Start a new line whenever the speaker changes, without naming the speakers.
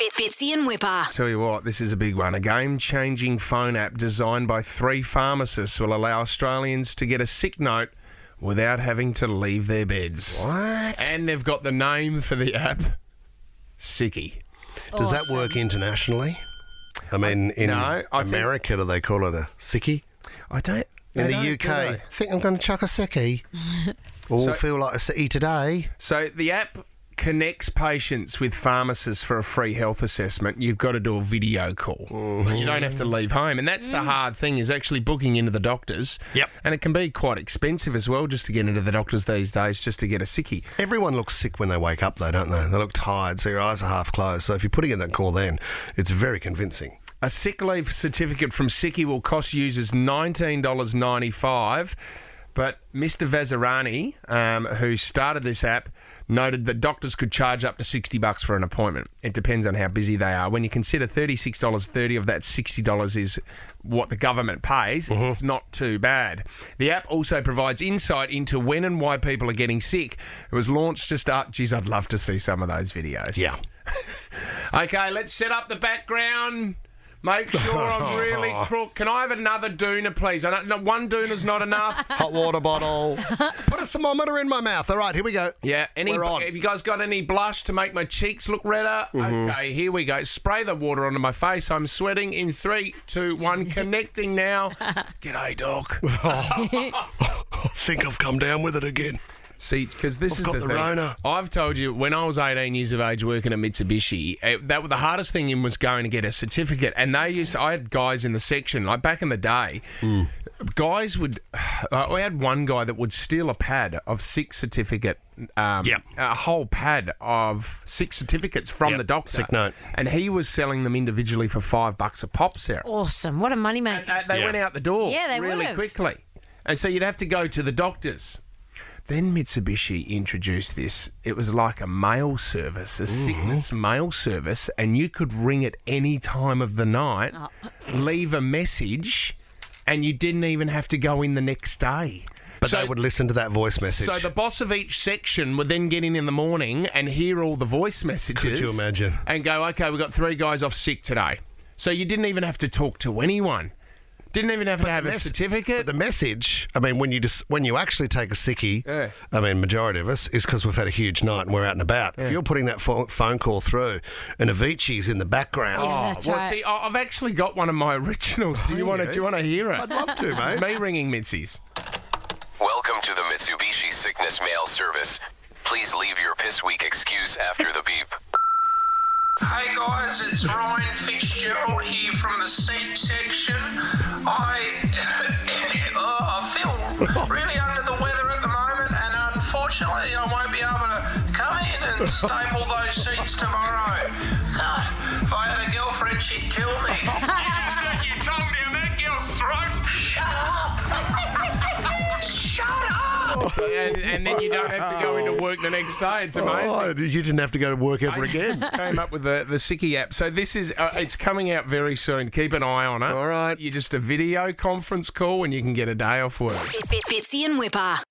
Fitzy and Whipper.
Tell you what, this is a big one. A game changing phone app designed by three pharmacists will allow Australians to get a sick note without having to leave their beds.
What?
And they've got the name for the app Sickie.
Does that work internationally? I mean, in
No, I think-
America, do they call it a sickie?
I don't.
In
they
the
don't, do
UK,
they?
think I'm going to chuck a sickie. or
So-
feel like a sickie today.
So the app connects patients with pharmacists for a free health assessment. You've got to do a video call. You don't have to
Mm-hmm.
leave home. And that's the hard thing is actually booking into the doctors.
Mm. Yep.
And it can be quite expensive as well just to get into the doctors these days just to get a sickie.
Everyone looks sick when they wake up, though, don't they? They look tired, so your eyes are half closed. So if you're putting in that call then, it's very convincing.
A sick leave certificate from Sickie will cost users $19.95. But Mr. Vazirani, um, who started this app, noted that doctors could charge up to 60 bucks for an appointment. It depends on how busy they are. When you consider $36.30 of that $60 is what the government pays, it's not too bad. The app also provides insight into when and why people are getting sick. It was launched just after. Geez, I'd love to see some of those videos.
Yeah.
Okay, let's set up the background. Make sure I'm really crook. Can I have another doona, please? I don't, no, one doona's not enough.
Hot water bottle. Put a thermometer in my mouth. All right, here we go.
Yeah. Any?
We're on.
Have you guys got any blush to make my cheeks look redder? Okay, here we go. Spray the water onto my face. I'm sweating. In three, two, one. Connecting now. G'day, Doc.
I think I've come down with it again.
See, because this is
got
the,
the
thing.
Rona.
I've told you when I was 18 years of age working at Mitsubishi, it, that the hardest thing in was going to get a certificate. And they used, I had guys in the section like back in the day.
Mm.
Guys would, I had one guy that would steal a pad of six certificate, um,
Yep.
a whole pad of six certificates from
Yep,
the doctor.
sick note.
And he was selling them individually for five bucks a pop, Sarah.
Awesome. What a moneymaker.
Uh, they
Yeah.
went out the door
Yeah, they
really
would've.
quickly. And so you'd have to go to the doctors. Then Mitsubishi introduced this. It was like a mail service, a sickness mail service, and you could ring at any time of the night,
Oh.
leave a message, and you didn't even have to go in the next day.
But
So-
they would listen to that voice message.
so the boss of each section would then get in in the morning and hear all the voice messages.
Could you imagine?
And go, okay, we've got three guys off sick today. So you didn't even have to talk to anyone. Didn't even have to have a
mess-
certificate.
But the message, I mean, when you just when you actually take a sickie,
Yeah.
I mean, majority of us is because we've had a huge night and we're out and about. If you're putting that pho- phone call through, and Avicii's in the background,
Yeah, that's
Oh, well,
right.
see, I- I've actually got one of my originals. Do you want to? Do you want to hear it?
I'd love to,
It's
mate.
me ringing Mitzi's.
Welcome to the Mitsubishi Sickness Mail Service. Please leave your piss weak excuse after the beep.
Hey guys, it's Ryan Fitzgerald here from the seat section. I, oh, I feel really under the weather at the moment, and unfortunately, I won't be able to come in and staple those seats tomorrow. God, if I had a girlfriend, she'd kill me. you just stuck your tongue down that girl's throat. Shut up! Shut up!
So, and, and then you don't have to go into work the next day. It's amazing.
Oh, you didn't have to go to work ever again.
Came up with the the Sickie app. So this is uh, it's coming out very soon. Keep an eye on it.
All right.
You just a video conference call and you can get a day off work.
Fitzy and Whipper.